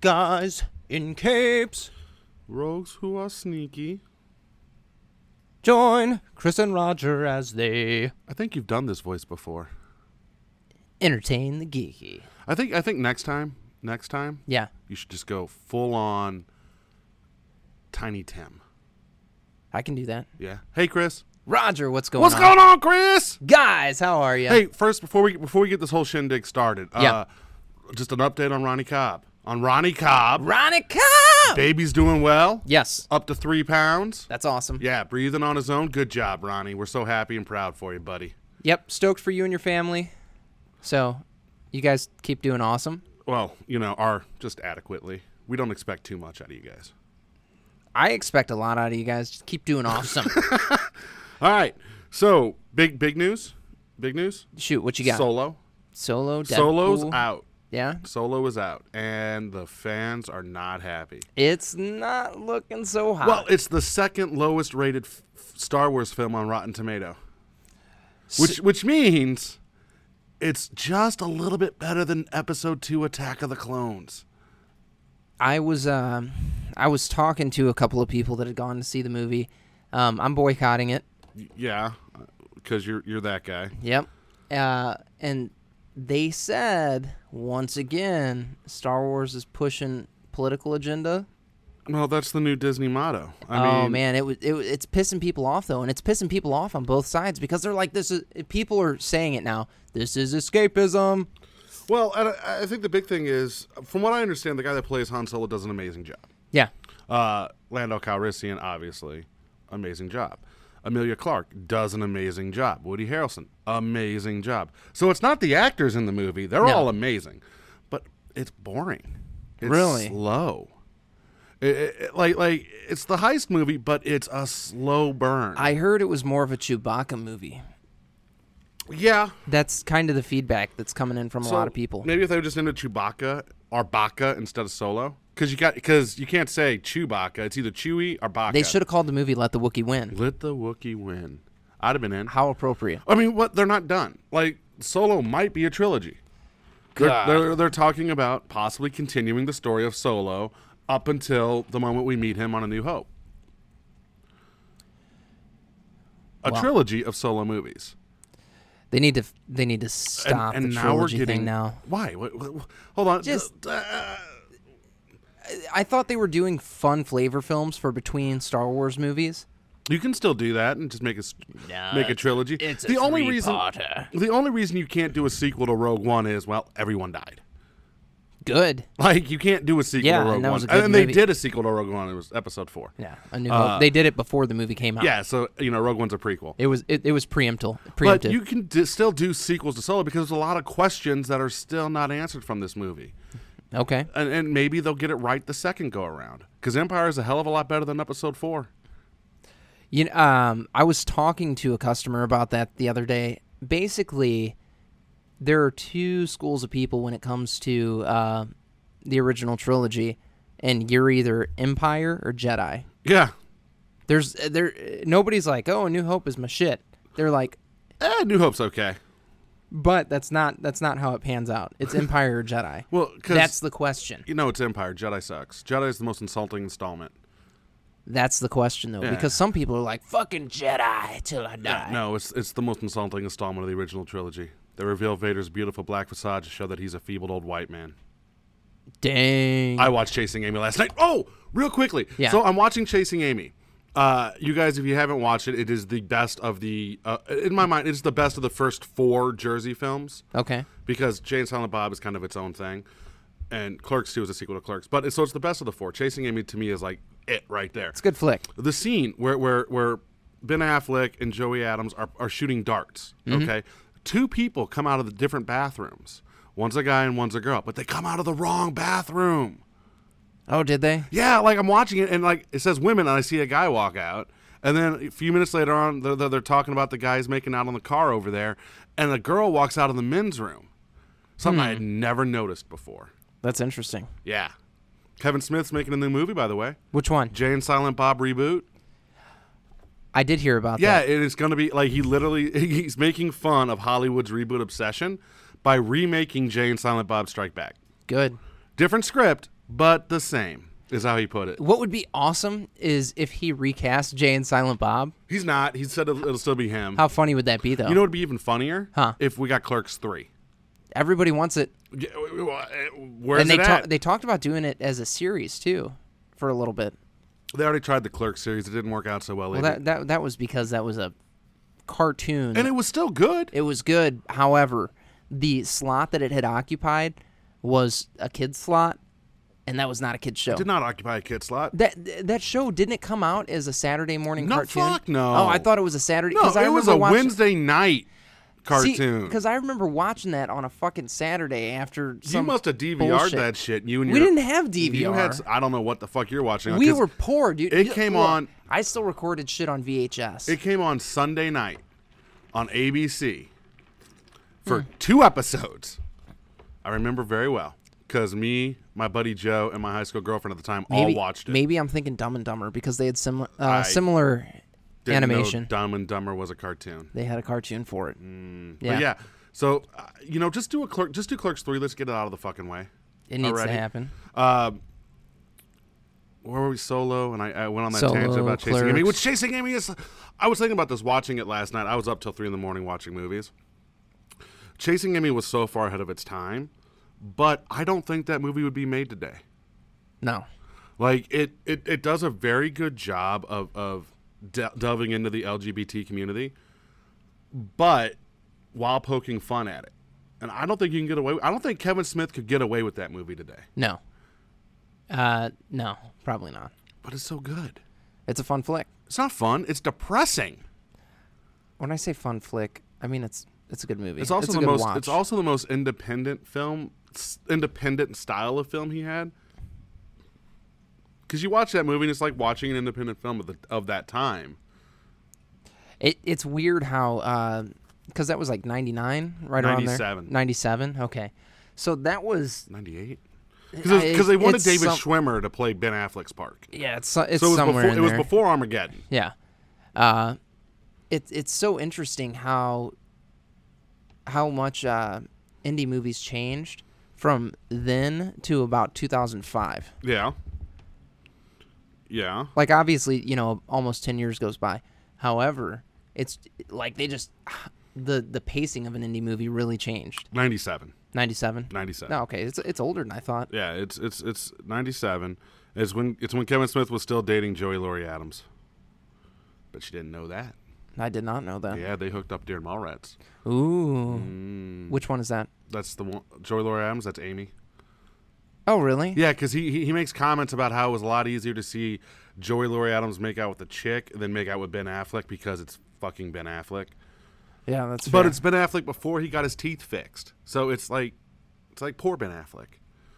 guys in capes. Rogues who are sneaky. Join Chris and Roger as they I think you've done this voice before. entertain the geeky. I think I think next time, next time, Yeah. you should just go full on Tiny Tim. I can do that. Yeah. Hey, Chris. Roger, what's going What's on? going on, Chris? Guys, how are you? Hey, first before we before we get this whole shindig started, Yeah. uh just an update on Ronnie Cobb. On Ronnie Cobb, Ronnie Cobb! baby's doing well. Yes. Up to three pounds. That's awesome. Yeah, breathing on his own. Good job, Ronnie. We're so happy and proud for you, buddy. Yep. Stoked for you and your family. So, you guys keep doing awesome. Well, you know, are just adequately. We don't expect too much out of you guys. I expect a lot out of you guys. Just keep doing awesome. All right. So big big news. Big news. Shoot, what you got? Solo. Solo, Deadpool. Solo's out. Yeah. Solo is out, and the fans are not happy. It's not looking so hot. Well, it's the second lowest rated f- f- Star Wars film on Rotten Tomato, which which means it's just a little bit better than Episode Two: Attack of the Clones. I was um, I was talking to a couple of people that had gone to see the movie. Um, I'm boycotting it. Y- Yeah, because you're you're that guy. Yep. Uh, and they said once again, Star Wars is pushing political agenda. Well, that's the new Disney motto. I oh mean, man, it was it, wa- it's pissing people off though, and it's pissing people off on both sides because they're like, this is people are saying it now. This is escapism. Well, and I, I think the big thing is, from what I understand, the guy that plays Han Solo does an amazing job. Yeah. Uh, Lando Calrissian, obviously, amazing job. Amelia Clark does an amazing job. Woody Harrelson, amazing job. So it's not the actors in the movie; they're No. all amazing, but it's boring. It's Really? slow. It- it- it- like like it's the heist movie, but it's a slow burn. I heard it was more of a Chewbacca movie. yeah, That's kind of the feedback that's coming in from a lot So, of people. Maybe if they were just into Chewbacca or Baca instead of Solo, because you got because you can't say Chewbacca. It's either Chewie or Baca. They should have called the movie "Let the Wookiee Win." let the Wookiee win. I'd have been in. How appropriate. I mean, what they're not done. Like Solo might be a trilogy. They're, God. they're they're talking about possibly continuing the story of Solo up until the moment we meet him on A New Hope. A Wow. trilogy of Solo movies. They need to. They need to stop the trilogy thing now. Why? What, what- what- hold on. Just- Uh, I thought they were doing fun flavor films for between Star Wars movies. You can still do that and just make a s- make a trilogy. it's a the only reason three-parter. the only reason you can't do a sequel to Rogue One is well everyone died. Good. Like you can't do a sequel Yeah, to and Rogue that One. was a good and they movie. did a sequel to Rogue One. It was Episode Four. Yeah, a new. Hope. They did it before the movie came out. Uh, Yeah, so you know Rogue One's a prequel. it was it, it was preemptive. But Preemptive. you can d- still do sequels to Solo because there's a lot of questions that are still not answered from this movie, okay. and, and maybe they'll get it right the second go around. Because Empire is a hell of a lot better than Episode Four. You know, um, I was talking to a customer about that the other day. Basically, there are two schools of people when it comes to uh, the original trilogy, and you're either Empire or Jedi. Yeah, There's uh, there nobody's like, oh, A New Hope is my shit. They're like, eh, New Hope's okay. but that's not that's not how it pans out. It's Empire or Jedi. Well, because that's the question. You know it's Empire. Jedi sucks. Jedi is the most insulting installment. That's the question though, because some people are like, fucking Jedi till I die. No, it's it's the most insulting installment of the original trilogy. They reveal Vader's beautiful black facade to show that he's a feeble old white man. Dang. I watched Chasing Amy last night. Oh, real quickly. Yeah. So I'm watching Chasing Amy. Uh, you guys, if you haven't watched it, it is the best of the. Uh, in my mind, it's the best of the first four Jersey films okay. because Jane Silent Bob is kind of its own thing, and Clerks Two is a sequel to Clerks. But so it's the best of the four. Chasing Amy to me is like it right there. It's a good flick. the scene where where where Ben Affleck and Joey Adams are, are shooting darts. Okay, two people come out of the different bathrooms. One's a guy and one's a girl, but they come out of the wrong bathroom. Oh, did they? Yeah, like I'm watching it and like it says women, and I see a guy walk out, and then a few minutes later on, they're, they're, they're talking about the guys making out on the car over there, and a girl walks out of the men's room, something I had never noticed before. That's interesting. Hmm. Yeah, Kevin Smith's making a new movie, by the way, Which one? Jay and Silent Bob reboot. I did hear about Yeah, that. and it's going to be like he literally he's making fun of Hollywood's reboot obsession by remaking Jay and Silent Bob Strike Back. Good. Different script, but the same is how he put it. What would be awesome is if he recast Jay and Silent Bob. He's not. He said it'll, it'll still be him. How funny would that be, though? you know what would be even funnier? Huh. If we got Clerks 3. Everybody wants it, Yeah, w- w- uh, Where's and they it ta- at? they talked about doing it as a series too, for a little bit. They already tried the Clerks series. It didn't work out so well. Well, either. that that that was because that was a cartoon. and it was still good. It was good. However, the slot that it had occupied was a kid's slot, and that was not a kid's show. Did not occupy a kid slot. That that show didn't it come out as a Saturday morning No, cartoon? fuck no. Oh, I thought it was a Saturday. No, 'cause I it was a remember watching, Wednesday night cartoon. Because I remember watching that on a fucking Saturday after you some. must have DVR'd bullshit. that shit. You and We your, didn't have DVR. You had, s- I don't know what the fuck you're watching. on, we 'cause were poor, dude. it You- came look, on- I still recorded shit on VHS. It came on Sunday night on ABC for Hmm. two episodes. I remember very well because me, my buddy Joe, and my high school girlfriend at the time all maybe, watched it. Maybe I'm thinking Dumb and Dumber because they had similar I uh, similar Didn't know animation. Dumb and Dumber was a cartoon. they had a cartoon for it. Yeah. Mm, But yeah. So uh, you know, just do a clerk. Just do Clerks three. Let's get it out of the fucking way. It needs Alrighty. to happen. Where were we? Solo, and I, I went on that tangent Solo, about chasing Amy. Clerks. Which chasing Amy is? I was thinking about this watching it last night. I was up till three in the morning watching movies. Chasing Amy was so far ahead of its time, but I don't think that movie would be made today. No. Like it, it, it does a very good job of of de- delving into the LGBT community, but while poking fun at it. And I don't think you can get away. I don't think Kevin Smith could get away with that movie today. No. Uh, no, probably not. But it's so good. It's a fun flick. It's not fun. It's depressing. When I say fun flick, I mean it's it's a good movie. It's also a the good most. watch. It's also the most independent film, s- independent style of film he had. Because you watch that movie and it's like watching an independent film of, the, of that time. It, it's weird how because that was like '99, right around 97. there. '97. Okay, so that was Ninety eight. Because I- they wanted it's David some- Schwimmer to play Ben Affleck's Park. yeah, it's so- it's So it was somewhere before. in It was there. before Armageddon. Yeah, uh, it's it's so interesting how how much uh, indie movies changed from then to about 2005. Yeah. Yeah. like obviously you know almost 10 years goes by however it's like they just the the pacing of an indie movie really changed 97. 97 97. no okay it's it's older than i thought Yeah, it's it's it's 97. It's when it's when Kevin Smith was still dating Joey Laurie Adams. But she didn't know that. i did not know that Yeah, they hooked up during Mallrats. ooh Mm. which one is that That's the one. Joey Laurie Adams. That's Amy. oh really Yeah, because he, he he makes comments about how it was a lot easier to see Joey Laurie Adams make out with a chick than make out with Ben Affleck because it's fucking Ben Affleck. yeah that's But fair. it's Ben Affleck before he got his teeth fixed, so it's like it's like poor Ben Affleck.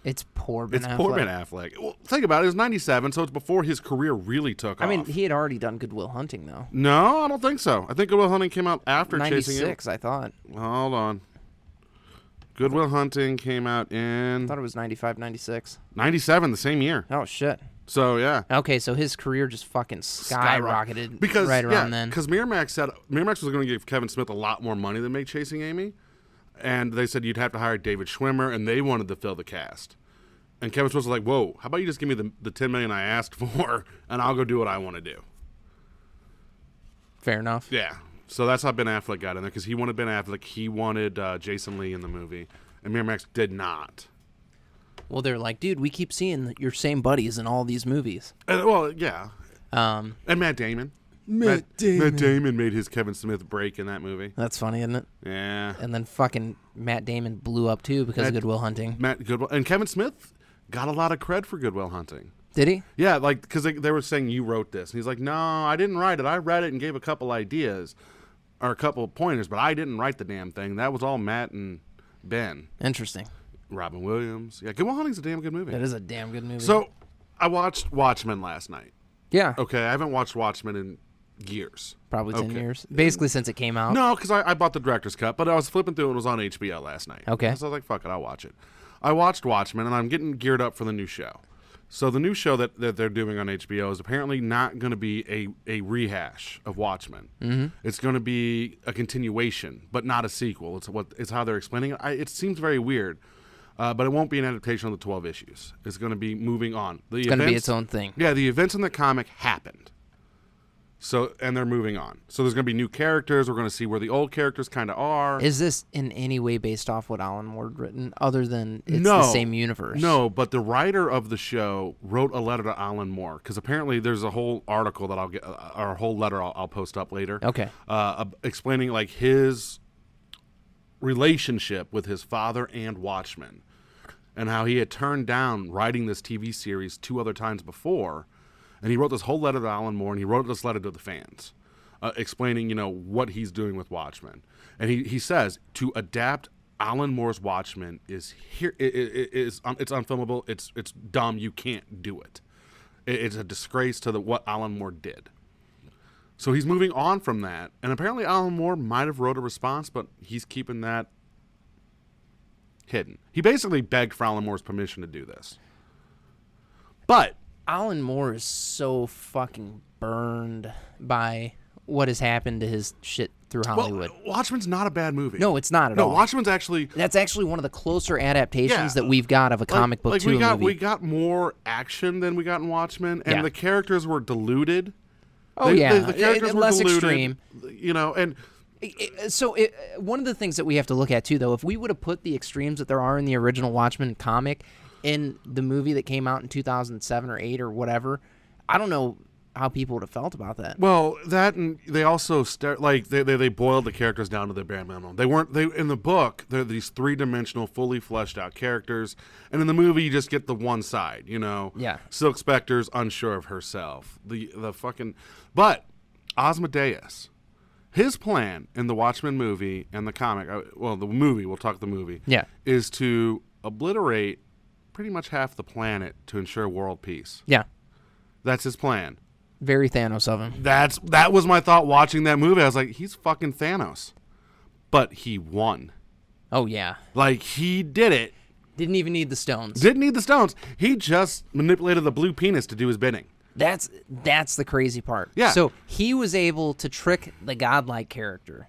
it's poor ben It's poor Affleck. Ben Affleck. Well, think about it. It was '97, so it's before his career really took i mean off. he had already done goodwill hunting though no, I don't think so. I think Goodwill Hunting came out after Chasing Amy. 96 i thought Hold on. Goodwill Hunting came out in i thought it was 95 96 '97, the same year. oh shit So yeah. okay so his career just fucking Skyrocket. skyrocketed because right around yeah, then Because Miramax said Miramax was going to give Kevin Smith a lot more money than make Chasing Amy, and they said you'd have to hire David Schwimmer, and they wanted to fill the cast. And Kevin Smith was like, "Whoa, how about you just give me the the ten million I asked for, and I'll go do what I want to do." fair enough Yeah. So that's how Ben Affleck got in there because he wanted Ben Affleck. He wanted uh, Jason Lee in the movie, and Miramax did not. Well, they're like, dude, we keep seeing your same buddies in all these movies. And, well, yeah, Um, and Matt Damon. Matt Matt Damon made his Kevin Smith break in that movie. that's funny, isn't it? Yeah. And then fucking Matt Damon blew up too because of Matt- Goodwill Hunting. Matt Goodwill and Kevin Smith got a lot of cred for Goodwill Hunting. Did he? Yeah, like because they, they were saying you wrote this, and he's like, "No, I didn't write it. I read it and gave a couple ideas or a couple pointers, but I didn't write the damn thing. That was all Matt and Ben, Interesting. Robin Williams. Yeah, Goodwill Hunting's a damn good movie. That is a damn good movie. So I watched Watchmen last night. yeah, Okay, I haven't watched Watchmen in years. probably ten okay. years, basically since it came out. No, because I, I bought the director's cut, but I was flipping through and it was on HBO last night. Okay. So I was like, fuck it, I'll watch it. I watched Watchmen and I'm getting geared up for the new show. So the new show that, that they're doing on HBO is apparently not going to be a, a rehash of Watchmen. Mm-hmm. It's going to be a continuation, but not a sequel. It's what it's how they're explaining it. I, it seems very weird. uh, but it won't be an adaptation of the 12 issues. It's going to be moving on. The It's going to be events- its own thing. yeah, the events in the comic happened. So and they're moving on. So there's going to be new characters. We're going to see where the old characters kind of are. Is this in any way based off what Alan Ward written, other than it's No. the same universe? no, but the writer of the show wrote a letter to Alan Moore because apparently there's a whole article that I'll get, uh, or a whole letter I'll, I'll post up later. Okay. uh, ab- explaining like his relationship with his father and Watchmen, and how he had turned down writing this TV series two other times before, and he wrote this whole letter to Alan Moore, and he wrote this letter to the fans, uh, explaining you know what he's doing with Watchmen, and he he says to adapt. Alan Moore's Watchmen is here. i- i- i- is um, it's unfilmable. It's it's dumb. You can't do it. It- It's a disgrace to the what Alan Moore did. So he's moving on from that, and apparently Alan Moore might have wrote a response, but he's keeping that hidden. He basically begged for Alan Moore's permission to do this. But Alan Moore is so fucking burned by what has happened to his shit through well, Hollywood. Watchmen's not a bad movie. no, it's not at no, all. Watchmen's actually That's actually one of the closer adaptations Yeah. that we've got of a comic book like to we a got movie. we got more action than we got in Watchmen, and Yeah. the characters were diluted. oh They- yeah, the, the It- characters it- were less diluted, extreme. You know, and It- it- so it, uh, one of the things that we have to look at too, though, if we would have put the extremes that there are in the original Watchmen comic in the movie that came out in 2007 or eight or whatever, I don't know how people would have felt about that. Well, that and they also start like they, they they boiled the characters down to their bare minimum. They weren't they in the book. They're these three dimensional, fully fleshed out characters, and in the movie you just get the one side. You know, Yeah. Silk Spectre's unsure of herself. The the fucking but Osmodeus, his plan in the Watchmen movie and the comic. uh, Well, the movie. We'll talk the movie. Yeah. is to obliterate pretty much half the planet to ensure world peace. Yeah, That's his plan. very Thanos of him. That's that was my thought watching that movie. I was like, he's fucking Thanos, but he won. Oh yeah, Like he did it. didn't even need the stones. Didn't need the stones. He just manipulated the blue penis to do his bidding. That's that's the crazy part. Yeah. So he was able to trick the godlike character.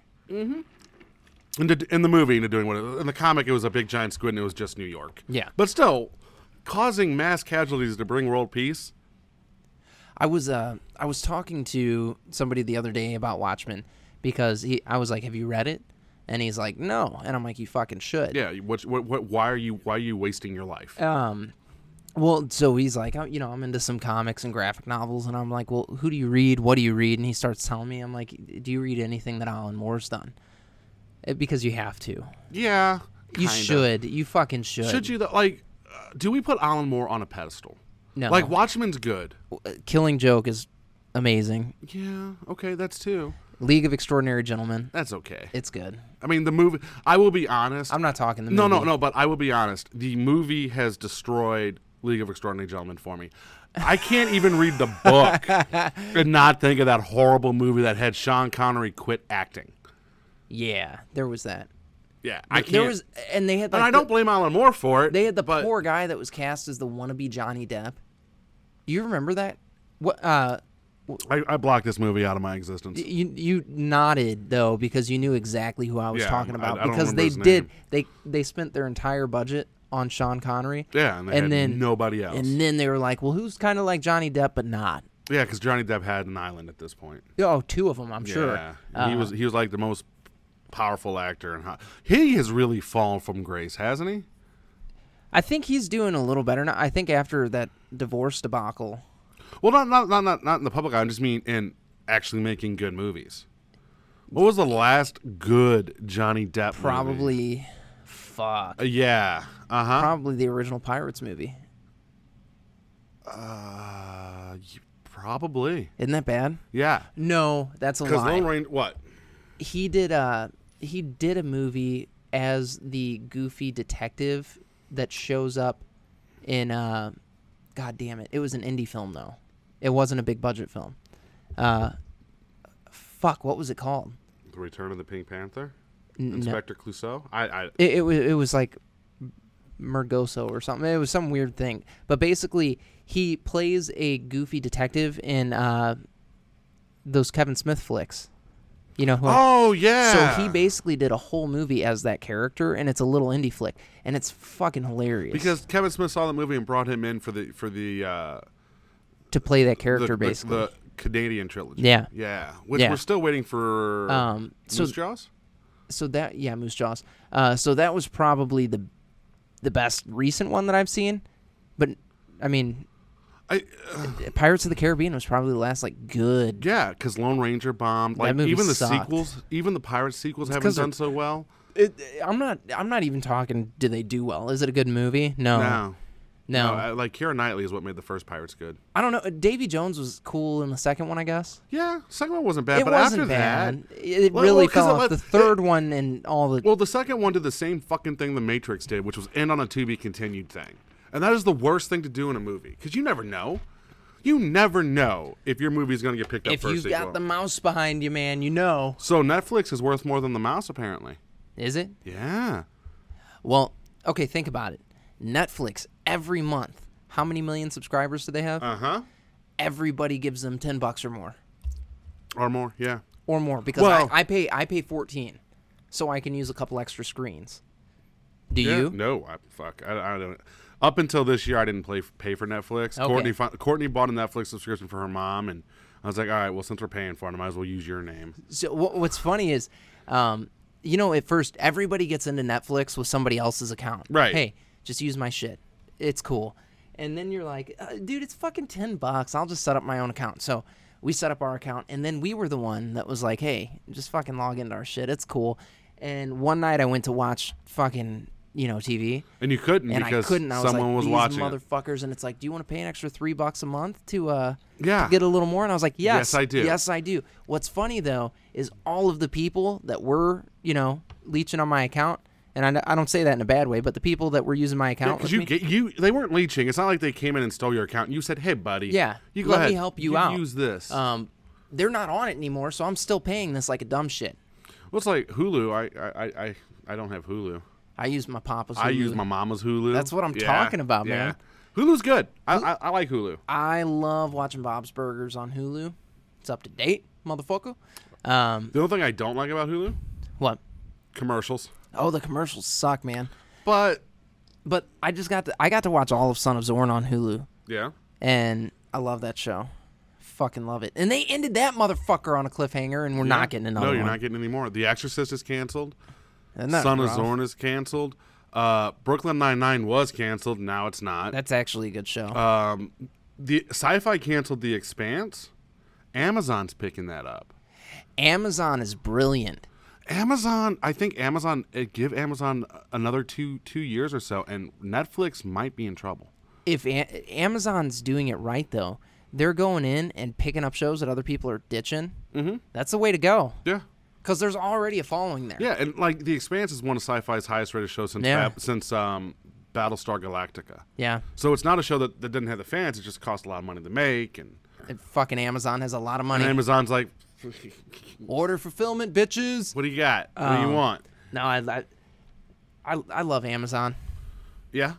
Into, in the movie, into doing what it, in the comic, it was a big giant squid, and it was just New York. Yeah. but still, causing mass casualties to bring world peace. I was uh I was talking to somebody the other day about Watchmen because he I was like, "Have you read it?" And he's like, "No," and I'm like, "You fucking should." Yeah, what, what, what, why are you why are you wasting your life? Um, well, so he's like, oh, you know, I'm into some comics and graphic novels, and I'm like, well, who do you read? What do you read? And he starts telling me, I'm like, do you read anything that Alan Moore's done? Eh, Because you have to. yeah, You kinda. should. You fucking should. Should you though? Like, uh, do we put Alan Moore on a pedestal? No. Like Watchmen's good. Uh, Killing Joke is amazing. Yeah. Okay, that's two. League of Extraordinary Gentlemen. That's okay. It's good. I mean, the movie. I will be honest. I'm not talking the no, no, movie. no. But I will be honest. The movie has destroyed League of Extraordinary Gentlemen for me. I can't even read the book and not think of that horrible movie that had Sean Connery quit acting. Yeah, there was that. Yeah, I can't. There was, and they had. Like and I the- don't blame Alan Moore for it. They had the but poor guy that was cast as the wannabe Johnny Depp. You remember that? What? Uh, I, I blocked this movie out of my existence. You you nodded though because you knew exactly who I was Yeah, talking I- about I don't because remember they his did name. they they spent their entire budget on Sean Connery. yeah, and, they and had then- nobody else. And then they were like, well, who's kind of like Johnny Depp but not? yeah, because Johnny Depp had an island at this point. Oh, two of them, I'm sure. Uh, Uh-huh. Yeah, he was he was like the most powerful actor, and he has really fallen from grace, hasn't he? I think he's doing a little better now. I think after that divorce debacle, Well, not not not not, not in the public eye. I just mean in actually making good movies. What was the last good Johnny Depp? movie? probably, fuck, Uh, yeah. Uh huh. probably the original Pirates movie. Uh, you- probably. Isn't that bad? Yeah. No, that's a Because lie. Lone Ranger. What? he did uh he did a movie as the goofy detective that shows up in uh god damn it it was an indie film though it wasn't a big budget film uh fuck what was it called The Return of the Pink Panther. N- no. Inspector Clouseau. I. I it, it was it was like Mergoso or something. It was some weird thing. But basically, he plays a goofy detective in uh, those Kevin Smith flicks. You know who? I'm- Oh yeah. So he basically did a whole movie as that character, and it's a little indie flick, and it's fucking hilarious because Kevin Smith saw the movie and brought him in for the for the uh, to play that the, character the- basically. the Canadian trilogy. Yeah. Yeah. Which Yeah. we're still waiting for. um, so Moose Jaws. so that yeah, Moose Jaws. Uh, so that was probably the the best recent one that I've seen, but I mean, I, Pirates of the Caribbean was probably the last like good. yeah, because Lone Ranger bombed. Like movie even the sucked. sequels, even the Pirates sequels 'cause haven't they're- done so well. It, I'm not I'm not even talking. Do they do well? Is it a good movie? No, No. no. No, I- like Kira Knightley is what made the first Pirates good. I don't know. Davy Jones was cool in the second one, I guess. Yeah, second one wasn't bad, it but wasn't after bad. that, it Well, really well, 'cause fell it off. let- the third one and all the well, the second one did the same fucking thing the Matrix did, which was end on a to be continued thing, and that is the worst thing to do in a movie because you never know, you never know if your movie's gonna get picked up if for a you've sequel. got the mouse behind you, man, you know. so Netflix is worth more than the mouse, apparently. Is it? Yeah, Well, okay, think about it. Netflix every month, how many million subscribers do they have? uh huh, Everybody gives them 10 bucks or more. or more. Yeah, Or more because Well- I, I pay I pay 14 so I can use a couple extra screens. Do Yeah, you? No, I, fuck, I, I don't. Up until this year, I didn't play, pay for Netflix. Okay. Courtney fin- Courtney bought a Netflix subscription for her mom, and I was like, all right, well, since we're paying for it, I might as well use your name. So what, what's funny is, um, you know, at first everybody gets into Netflix with somebody else's account. Right. Hey, just use my shit. It's cool. And then you're like, uh, dude, it's fucking ten bucks. I'll just set up my own account. So we set up our account, and then we were the one that was like, hey, just fucking log into our shit. It's cool. And one night I went to watch fucking you know TV. And you couldn't And because I couldn't. I was someone like, was these watching. it. motherfuckers, and it's like, do you want to pay an extra three bucks a month to uh, Yeah. to get a little more? And I was like, yes, Yes, I do. Yes, I do. What's funny though is all of the people that were, you know, leeching on my account, and I, I don't say that in a bad way, but the people that were using my account, with Because you me- get you, they weren't leeching. It's not like they came in and stole your account. You said, "Hey, buddy, Yeah, you go let me ahead. help you out." Use this." um, they're not on it anymore, so I'm still paying this like a dumb shit. well, it's like Hulu. I, I, I- I, I don't have Hulu. I use my papa's. I Hulu. use my mama's Hulu. That's what I'm talking about, man. Yeah. Hulu's good. I, I, I like Hulu. I love watching Bob's Burgers on Hulu. It's up to date, motherfucker. Um, The only thing I don't like about Hulu what? commercials. Oh, the commercials suck, man. But But I just got to I got to watch all of Son of Zorn on Hulu, yeah, and I love that show. Fucking love it. And they ended that motherfucker on a cliffhanger, and we're not getting another No, you're one. not getting any more. The Exorcist is canceled. Isn't that Son rough? of Zorn is canceled. Uh, Brooklyn Nine Nine was canceled. Now it's not. That's actually a good show. Um, the Sci-Fi canceled The Expanse. Amazon's picking that up. Amazon is brilliant. Amazon, I think Amazon uh, give Amazon another two two years or so, and Netflix might be in trouble. If a- Amazon's doing it right, though, they're going in and picking up shows that other people are ditching. Mm-hmm. That's the way to go, Yeah, because there's already a following there. yeah, and like The Expanse is one of sci-fi's highest rated shows since Yeah. Ba- since um, Battlestar Galactica. Yeah. So it's not a show that, that didn't have the fans. It just cost a lot of money to make, and, And fucking Amazon has a lot of money. and Amazon's like, Order fulfillment, bitches. "What do you got? what Um, do you want?" No, I, I, I, I love Amazon. Yeah,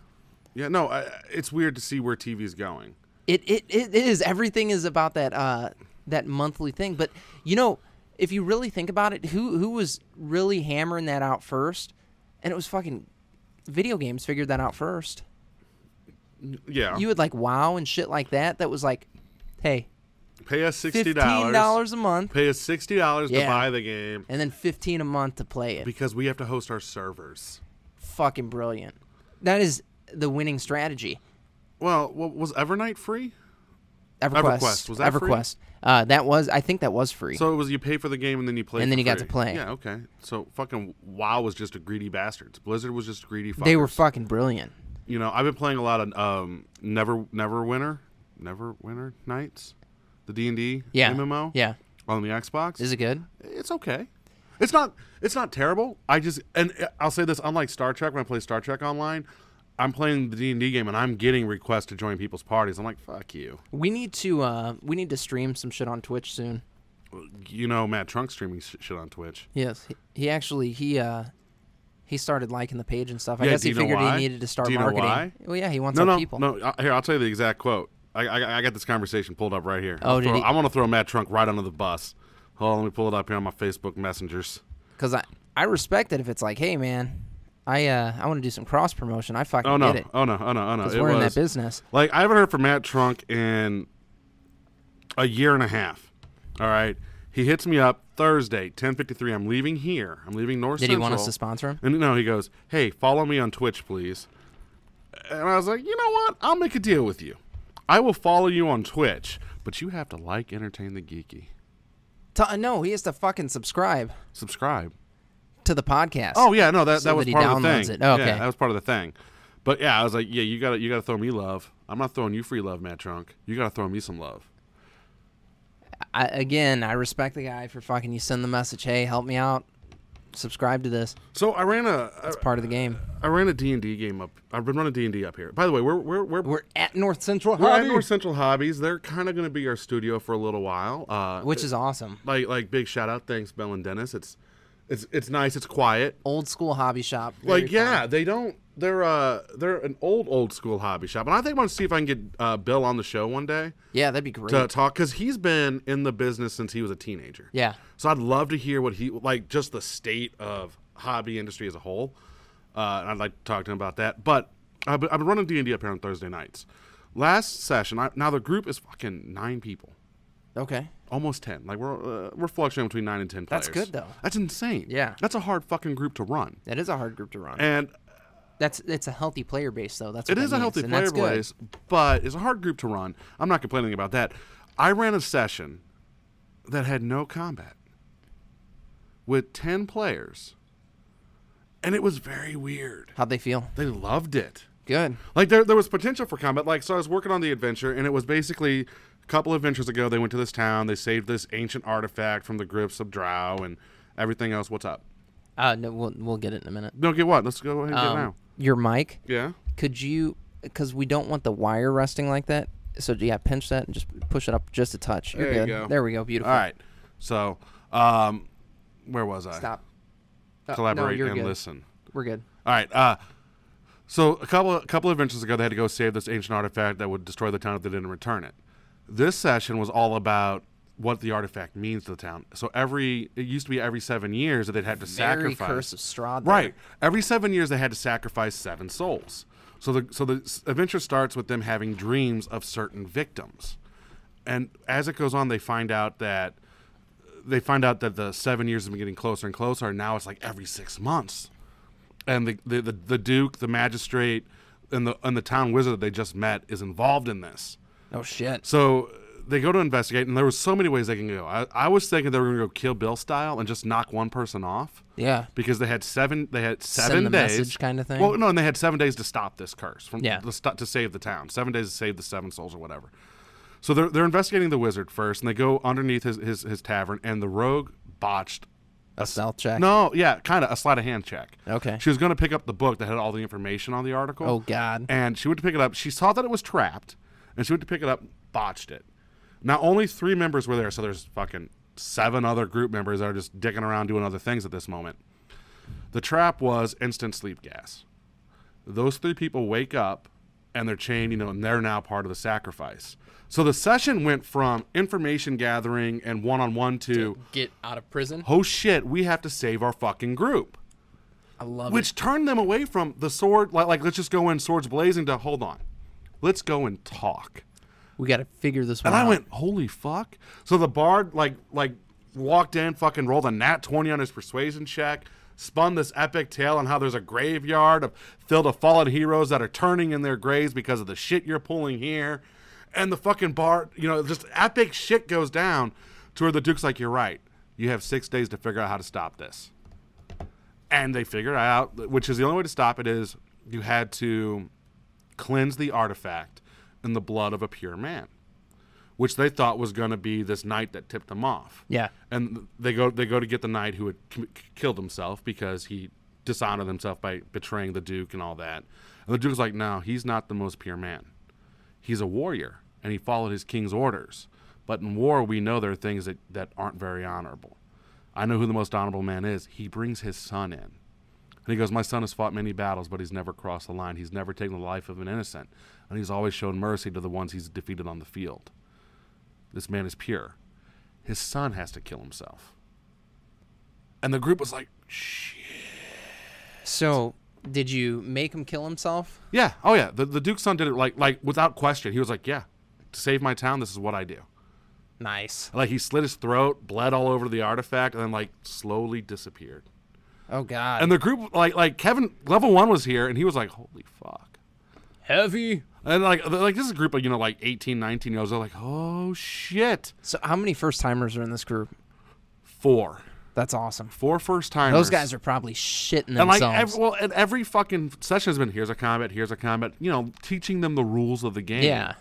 yeah. No, I, it's weird to see where TV's going. It, it it is everything is about that uh that monthly thing. But you know, if you really think about it, who who was really hammering that out first? And it was fucking video games figured that out first. Yeah, You had like WoW and shit like that. That was like, hey, pay us sixty fifteen dollars. dollars a month, Pay us sixty dollars to Yeah. buy the game and then fifteen a month to play it. because we have to host our servers. Fucking brilliant. That is the winning strategy. Well, what, was Evernight free? EverQuest, EverQuest, was that free? EverQuest. Uh, that was I think that was free. So it was you pay for the game and then you play, And then for you got to free. play. Yeah, okay. So fucking WoW was just a greedy bastards. Blizzard was just greedy. Fuckers. they were fucking brilliant. you know, I've been playing a lot of um, Never Never Winter, Never Winter Nights, the D and D Yeah. MMO Yeah. on the Xbox. Is it good? it's okay. It's not it's not terrible. I just and uh, I'll say this unlike Star Trek when I play Star Trek online, I'm playing the D&D game and I'm getting requests to join people's parties. I'm like, "Fuck you." We need to uh we need to stream some shit on Twitch soon. You know, Matt Trunk streaming sh- shit on Twitch. Yes. He, he actually he uh he started liking the page and stuff. I Yeah, guess he do you know figured he why? needed to start Do you know marketing. why? Well yeah, he wants No, our no, people. no. uh, Here, I'll tell you the exact quote. I, I, I got this conversation pulled up right here. Oh, I'll did throw- he- I want to throw Matt Trunk right under the bus. Hold on, let me pull it up here on my Facebook messengers. Because I I respect it if it's like, hey man, I uh I want to do some cross promotion. I fucking Oh no! get it Oh no! Oh no! Oh no! because It we're in was- that business. Like I haven't heard from Matt Trunk in a year and a half. All right, he hits me up Thursday, ten fifty three. I'm leaving here. I'm leaving North. Did he want us to Central. sponsor him? And no, he goes, "Hey, follow me on Twitch, please." And I was like, "You know what? I'll make a deal with you. I will follow you on Twitch, but you have to like Entertain the Geeky. T- no, he has to fucking subscribe Subscribe." to the podcast. Oh yeah, no, that So that was that he part of the downloads thing. it. Oh, Yeah, okay. that was part of the thing. But yeah, I was like, "Yeah, you got to you got to throw me love. I'm not throwing you free love, Matt Trunk. You got to throw me some love." I, again, I respect the guy for fucking you send the message, hey, help me out. Subscribe to this. So I ran a I- It's part of the game. I ran a D&D game up. I've been running D&D up here. By the way, we're we're we're, we're, We're at North Central at Hobby, North Central Hobbies. They're kind of going to be our studio for a little while. Uh, which is awesome. like like big shout out, thanks Bell and Dennis. It's it's it's nice. It's quiet. Old school hobby shop. Very like fun. yeah, they don't. They're uh they're an old old school hobby shop, and I think I want to see if I can get uh, Bill on the show one day yeah, that'd be great. to talk because he's been in the business since he was a teenager. yeah, So I'd love to hear what he like, just the state of hobby industry as a whole, uh, and I'd like to talk to him about that. But I've been, I've been running D and D up here on Thursday nights. Last session, I, now the group is fucking nine people, okay. almost ten. Like we're uh, we're fluctuating between nine and ten players. That's good, though. That's insane. Yeah. that's a hard fucking group to run, That is a hard group to run. and that's it's a healthy player base though. That's what it that is a means, healthy and player that's good. base, but it's a hard group to run. I'm not complaining about that. I ran a session that had no combat with 10 players, and it was very weird. How'd they feel? They loved it. Good. Like there, there was potential for combat. Like so, I was working on the adventure, and it was basically a couple adventures ago. They went to this town. They saved this ancient artifact from the grips of Drow and everything else. What's up? Uh, no, we'll we'll get it in a minute. No, get what? Let's go ahead and get it Um, now. Your mic, Yeah. could you? Because we don't want the wire resting like that. So yeah, pinch that and just push it up just a touch. You're There you good. go. There we go. Beautiful. All right. So, um, where was I? Stop. Uh, no, collaborate you're and good. listen. We're good. All right. Uh, so a couple a couple of adventures ago, they had to go save this ancient artifact that would destroy the town if they didn't return it. This session was all about what the artifact means to the town. So every it used to be every seven years that they'd have to Very sacrifice. curse of Strahd. there. Right. Every seven years, they had to sacrifice seven souls. So the so the s- adventure starts with them having dreams of certain victims, and as it goes on, they find out that they find out that the seven years have been getting closer and closer, and now it's like every six months. And the the, the, the duke, the magistrate, and the and the town wizard that they just met is involved in this. Oh shit. So uh, they go to investigate, and there was so many ways they can go. I, I was thinking they were going to go Kill Bill style and just knock one person off Yeah. because they had seven they had Send seven the days message kinda thing? well no and they had seven days to stop this curse from Yeah. to, sto- to save the town seven days to save the seven souls or whatever so they're, they're investigating the wizard first and they go underneath his, his, his tavern and the rogue botched A stealth check. no yeah kind of a sleight of hand check Okay. she was going to pick up the book that had all the information on the article Oh god. and she went to pick it up. She saw that it was trapped, and she went to pick it up, botched it. Now only three members were there, so there's fucking seven other group members that are just dicking around doing other things at this moment. The trap was instant sleep gas. Those three people wake up and they're chained, you know, and they're now part of the sacrifice. So the session went from information gathering and one on one to Get out of prison. oh shit, we have to save our fucking group I love it. which turned them away from the sword like, like let's just go in swords blazing to hold on let's go and talk We got to figure this one and i out. went holy fuck so the bard like like walked in fucking rolled a nat 20 on his persuasion check spun this epic tale on how there's a graveyard of filled of fallen heroes that are turning in their graves because of the shit you're pulling here and the fucking bard you know just epic shit goes down to where the duke's like you're right you have six days to figure out how to stop this and they figured out which is the only way to stop it is you had to cleanse the artifact in the blood of a pure man which they thought was going to be this knight that tipped them off Yeah. and they go they go to get the knight who had c- killed himself because he dishonored himself by betraying the duke and all that and the duke's like no he's not the most pure man he's a warrior and he followed his king's orders but in war we know there are things that, that aren't very honorable i know who the most honorable man is he brings his son in and he goes my son has fought many battles but he's never crossed the line he's never taken the life of an innocent and he's always shown mercy to the ones he's defeated on the field this man is pure his son has to kill himself. And the group was like, shit. So, did you make him kill himself? Yeah. Oh yeah. The the Duke's son did it like like without question. He was like, Yeah, to save my town, this is what I do. Nice. Like he slit his throat, bled all over the artifact, and then like slowly disappeared. Oh God. And the group like like Kevin level one was here and he was like, Holy fuck. Heavy. And like they're like this is a group of, you know, like 18, 19 year olds, they're like, Oh shit. So, how many first timers are in this group? Four. That's awesome. Four first timers. Those guys are probably shitting and themselves. like every, well, and every fucking session has been here's a combat, here's a combat. You know, teaching them the rules of the game. Yeah.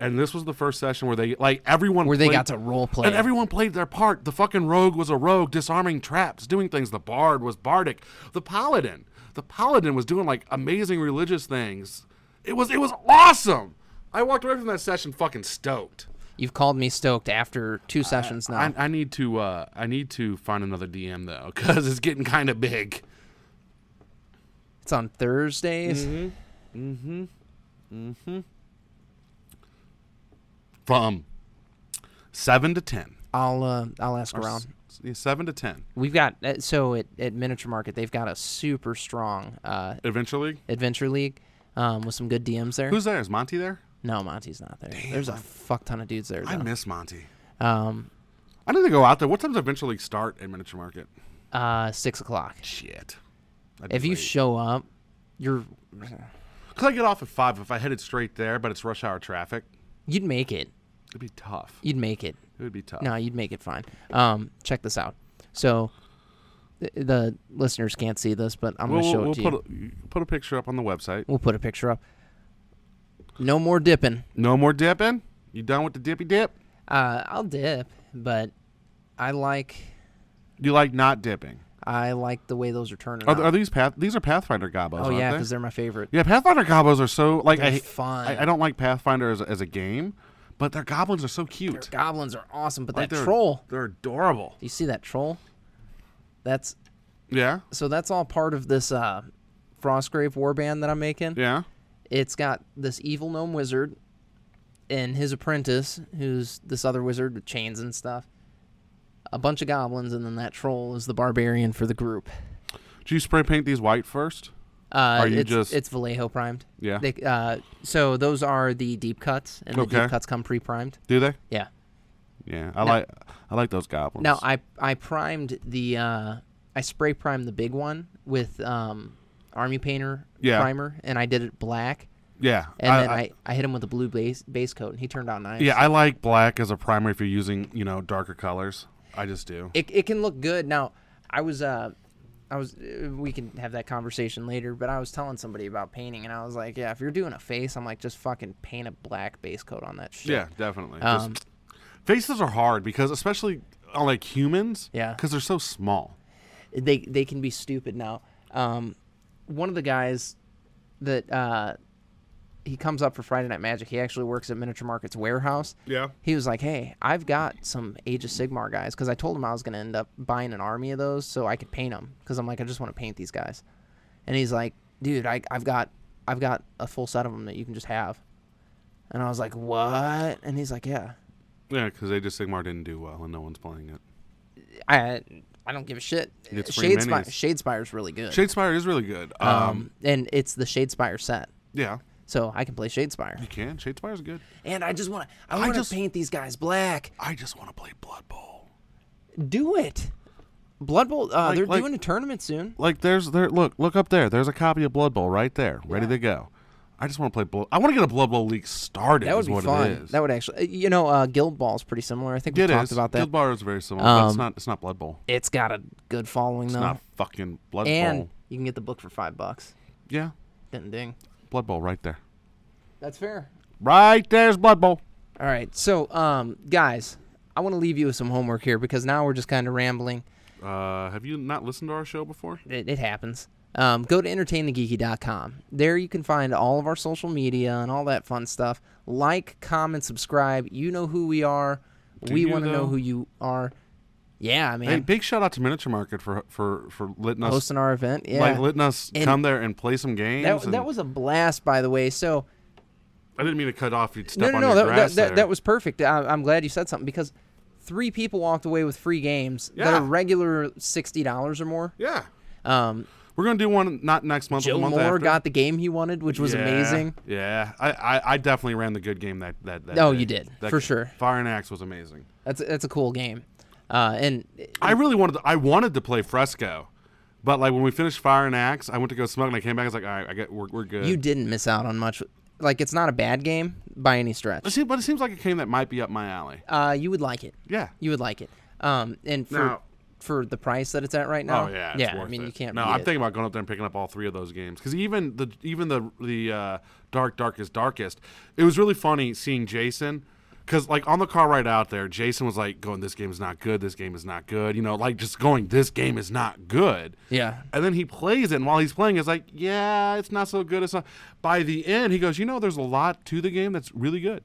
And this was the first session where they like everyone Where they played- got to role play. And everyone played their part. The fucking rogue was a rogue, disarming traps, doing things. The bard was bardic. The paladin, the paladin was doing like amazing religious things. It was it was awesome. I walked away from that session fucking stoked. You've called me stoked after two sessions now. I, I need to uh, I need to find another DM though, because it's getting kind of big. it's on Thursdays. Mm-hmm. From seven to ten. I'll uh, I'll ask around. S- yeah, seven to ten. We've got uh, so at, at Miniature Market they've got a super strong uh, Eventually, Adventure League um, with some good DMs there. who's there? Is Monty there? no, Monty's not there. There's a fuck ton of dudes there. I though. miss Monty. um, I need to go out there. What time's eventually start at Miniature Market? uh, six o'clock. Shit. That'd be If you late. show up, you're Could I get off at five if I headed straight there, but it's rush hour traffic? you'd make it. It'd be tough. You'd make it. It would be tough. No, you'd make it fine. Um, check this out. So th- the listeners can't see this, but I'm we'll, gonna show we'll it to put you. A, put a picture up on the website. we'll put a picture up. No more dipping. No more dipping. You done with the dippy dip? Uh, I'll dip, but I like You like not dipping? I like the way those are turning. Are, out. are these path? These are Pathfinder gobos. oh aren't yeah, they? because they're my favorite. yeah. Pathfinder gobos are so like They're I, fun. I I don't like Pathfinder as, a- as a game, but their goblins are so cute. Goblins are awesome, but Like, that they're- troll. They're adorable. You see that troll? That's Yeah. so. That's all part of this uh, Frostgrave warband that I'm making. Yeah. it's got this evil gnome wizard and his apprentice, who's this other wizard with chains and stuff, a bunch of goblins, and then that troll is the barbarian for the group. Do you spray paint these white first? Uh, Are you it's, just- it's Vallejo primed. Yeah. They, uh, so those are the deep cuts, and the Okay. deep cuts come pre-primed. Do they? Yeah. Yeah. I like I like those goblins. Now I I primed the uh, I spray primed the big one with um, army painter Yeah. primer, and I did it black, yeah. and then I, I hit him with a blue base base coat, and he turned out nice. Yeah, I like black as a primer if you're using, you know, darker colors. I just do. it, it can look good now i was uh i was uh, we can have that conversation later but i was telling somebody about painting and i was like yeah if you're doing a face i'm like just fucking paint a black base coat on that shit yeah, definitely. Just- um, faces are hard because especially on like humans, Yeah. because they're so small. they they can be stupid now um one of the guys that uh he comes up for Friday Night Magic. He actually works at Miniature Market's warehouse. Yeah. He was like, "Hey, I've got some Age of Sigmar guys because I told him I was going to end up buying an army of those so I could paint them because I'm like, I just want to paint these guys." And he's like, "Dude, I, I've got, I've got a full set of them that you can just have." And I was like, "What?" And he's like, "Yeah, Yeah, because Age of Sigmar didn't do well, and no one's playing it. I, I don't give a shit." It's free Shadespire, minis. Shadespire's really good. Shadespire is really good. Um, um, and it's the Shadespire set, yeah, so I can play Shadespire. you can. Shadespire is good. And I just want to, I want just- to paint these guys black. I just want to play Blood Bowl. Do it. Blood Bowl. Uh, Like- they're like- doing a tournament soon. Like there's there. Look, look up there. There's a copy of Blood Bowl right there, ready to go. I just want to play Blood. I want to get a Blood Bowl league started. That would is be what It fun. is. That would actually, you know, uh, Guild Ball's pretty similar. I think we It talked is. about that. Guild Bar is very similar, but it's Um, not. It's not Blood Bowl. it's got a good following It's though, not fucking Blood and Bowl. you can get the book for five bucks. Yeah, Ding ding. Blood Bowl right there. That's fair. Right there's Blood Bowl. All right, so um, guys, I want to leave you with some homework here because now we're just kind of rambling. Uh, have you not listened to our show before? It, it happens. Um, go to entertainthegeeky.com. There you can find all of our social media and all that fun stuff. Like, comment, subscribe. You know who we are. we you, want to know though? who you are. Yeah, man. Hey, big shout out to Miniature Market for for for letting us Hosting our event. Yeah. like letting us And- come there and play some games. That, and- that was a blast, by the way. So I didn't mean to cut off. You no, step no, on no, your that, that, grass that, there. that was perfect. I, I'm glad you said something because three people walked away with free games that Yeah. are regular sixty dollars or more. Yeah. Um, We're gonna do one not next month. but Joe the month Moore after. got the game he wanted, which was Yeah, amazing. Yeah, I, I, I definitely ran the good game that that. that Oh, day. you did, That- for sure. Fire and Axe was amazing. That's that's a cool game. Uh, and I really wanted to, I wanted to play Fresco, but like when we finished Fire and Axe, I went to go smoke and I came back. I was like, all right, I get we're, we're good. you didn't miss out on much. Like it's not a bad game by any It stretch. seems- but it seems like a game that might be up my alley. Uh, you would like it. Yeah. You would like it. Um, and for Now- for the price that it's at right now. Oh yeah, it's yeah. worth I mean, it. you can't. No, beat I'm it. thinking about going up there and picking up all three of those games because even the even the the uh, dark darkest darkest. It was really funny seeing Jason because like on the car ride out there, Jason was like going, "This game is not good. This game is not good." You know, like just going, "This game is not good." Yeah. And then he plays it, and while he's playing, it's like, "Yeah, it's not so good." It's not. By the end, he goes, "You know, there's a lot to the game that's really good."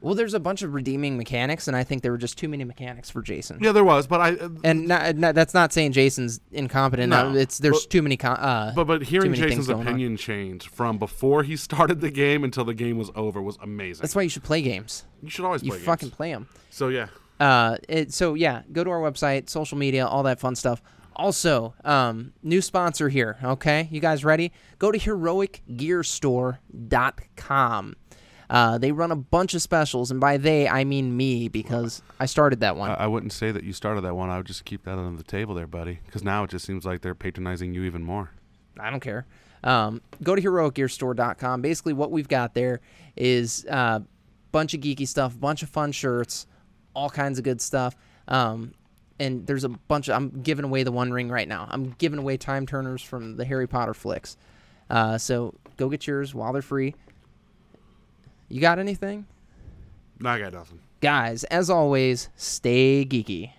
Well, there's a bunch of redeeming mechanics, and I think there were just too many mechanics for Jason. Yeah, there was, but I uh, And not, not- that's not saying Jason's incompetent. No, No, it's there's too many. Con- uh, But but too hearing many things Jason's going on. opinion change from before he started the game until the game was over was amazing. That's why you should play games. you should always You play fucking games. play them. So yeah, Uh, it, so yeah, go to our website, social media, all that fun stuff. Also, um, new sponsor here. Okay, you guys ready? Go to heroicgearstore.com. Uh, they run a bunch of specials, and by they I mean me because I started that one. I, I wouldn't say that you started that one. I would just keep that under the table there, buddy, because now it just seems like they're patronizing you even more. I don't care. Um, go to heroicgearstore.com. Basically, what we've got there is a uh, bunch of geeky stuff, bunch of fun shirts, all kinds of good stuff. Um, and there's a bunch of, I'm giving away the One Ring right now. I'm giving away Time Turners from the Harry Potter flicks. Uh, so go get yours while they're free. You got anything? No, I got nothing. Guys, as always, stay geeky.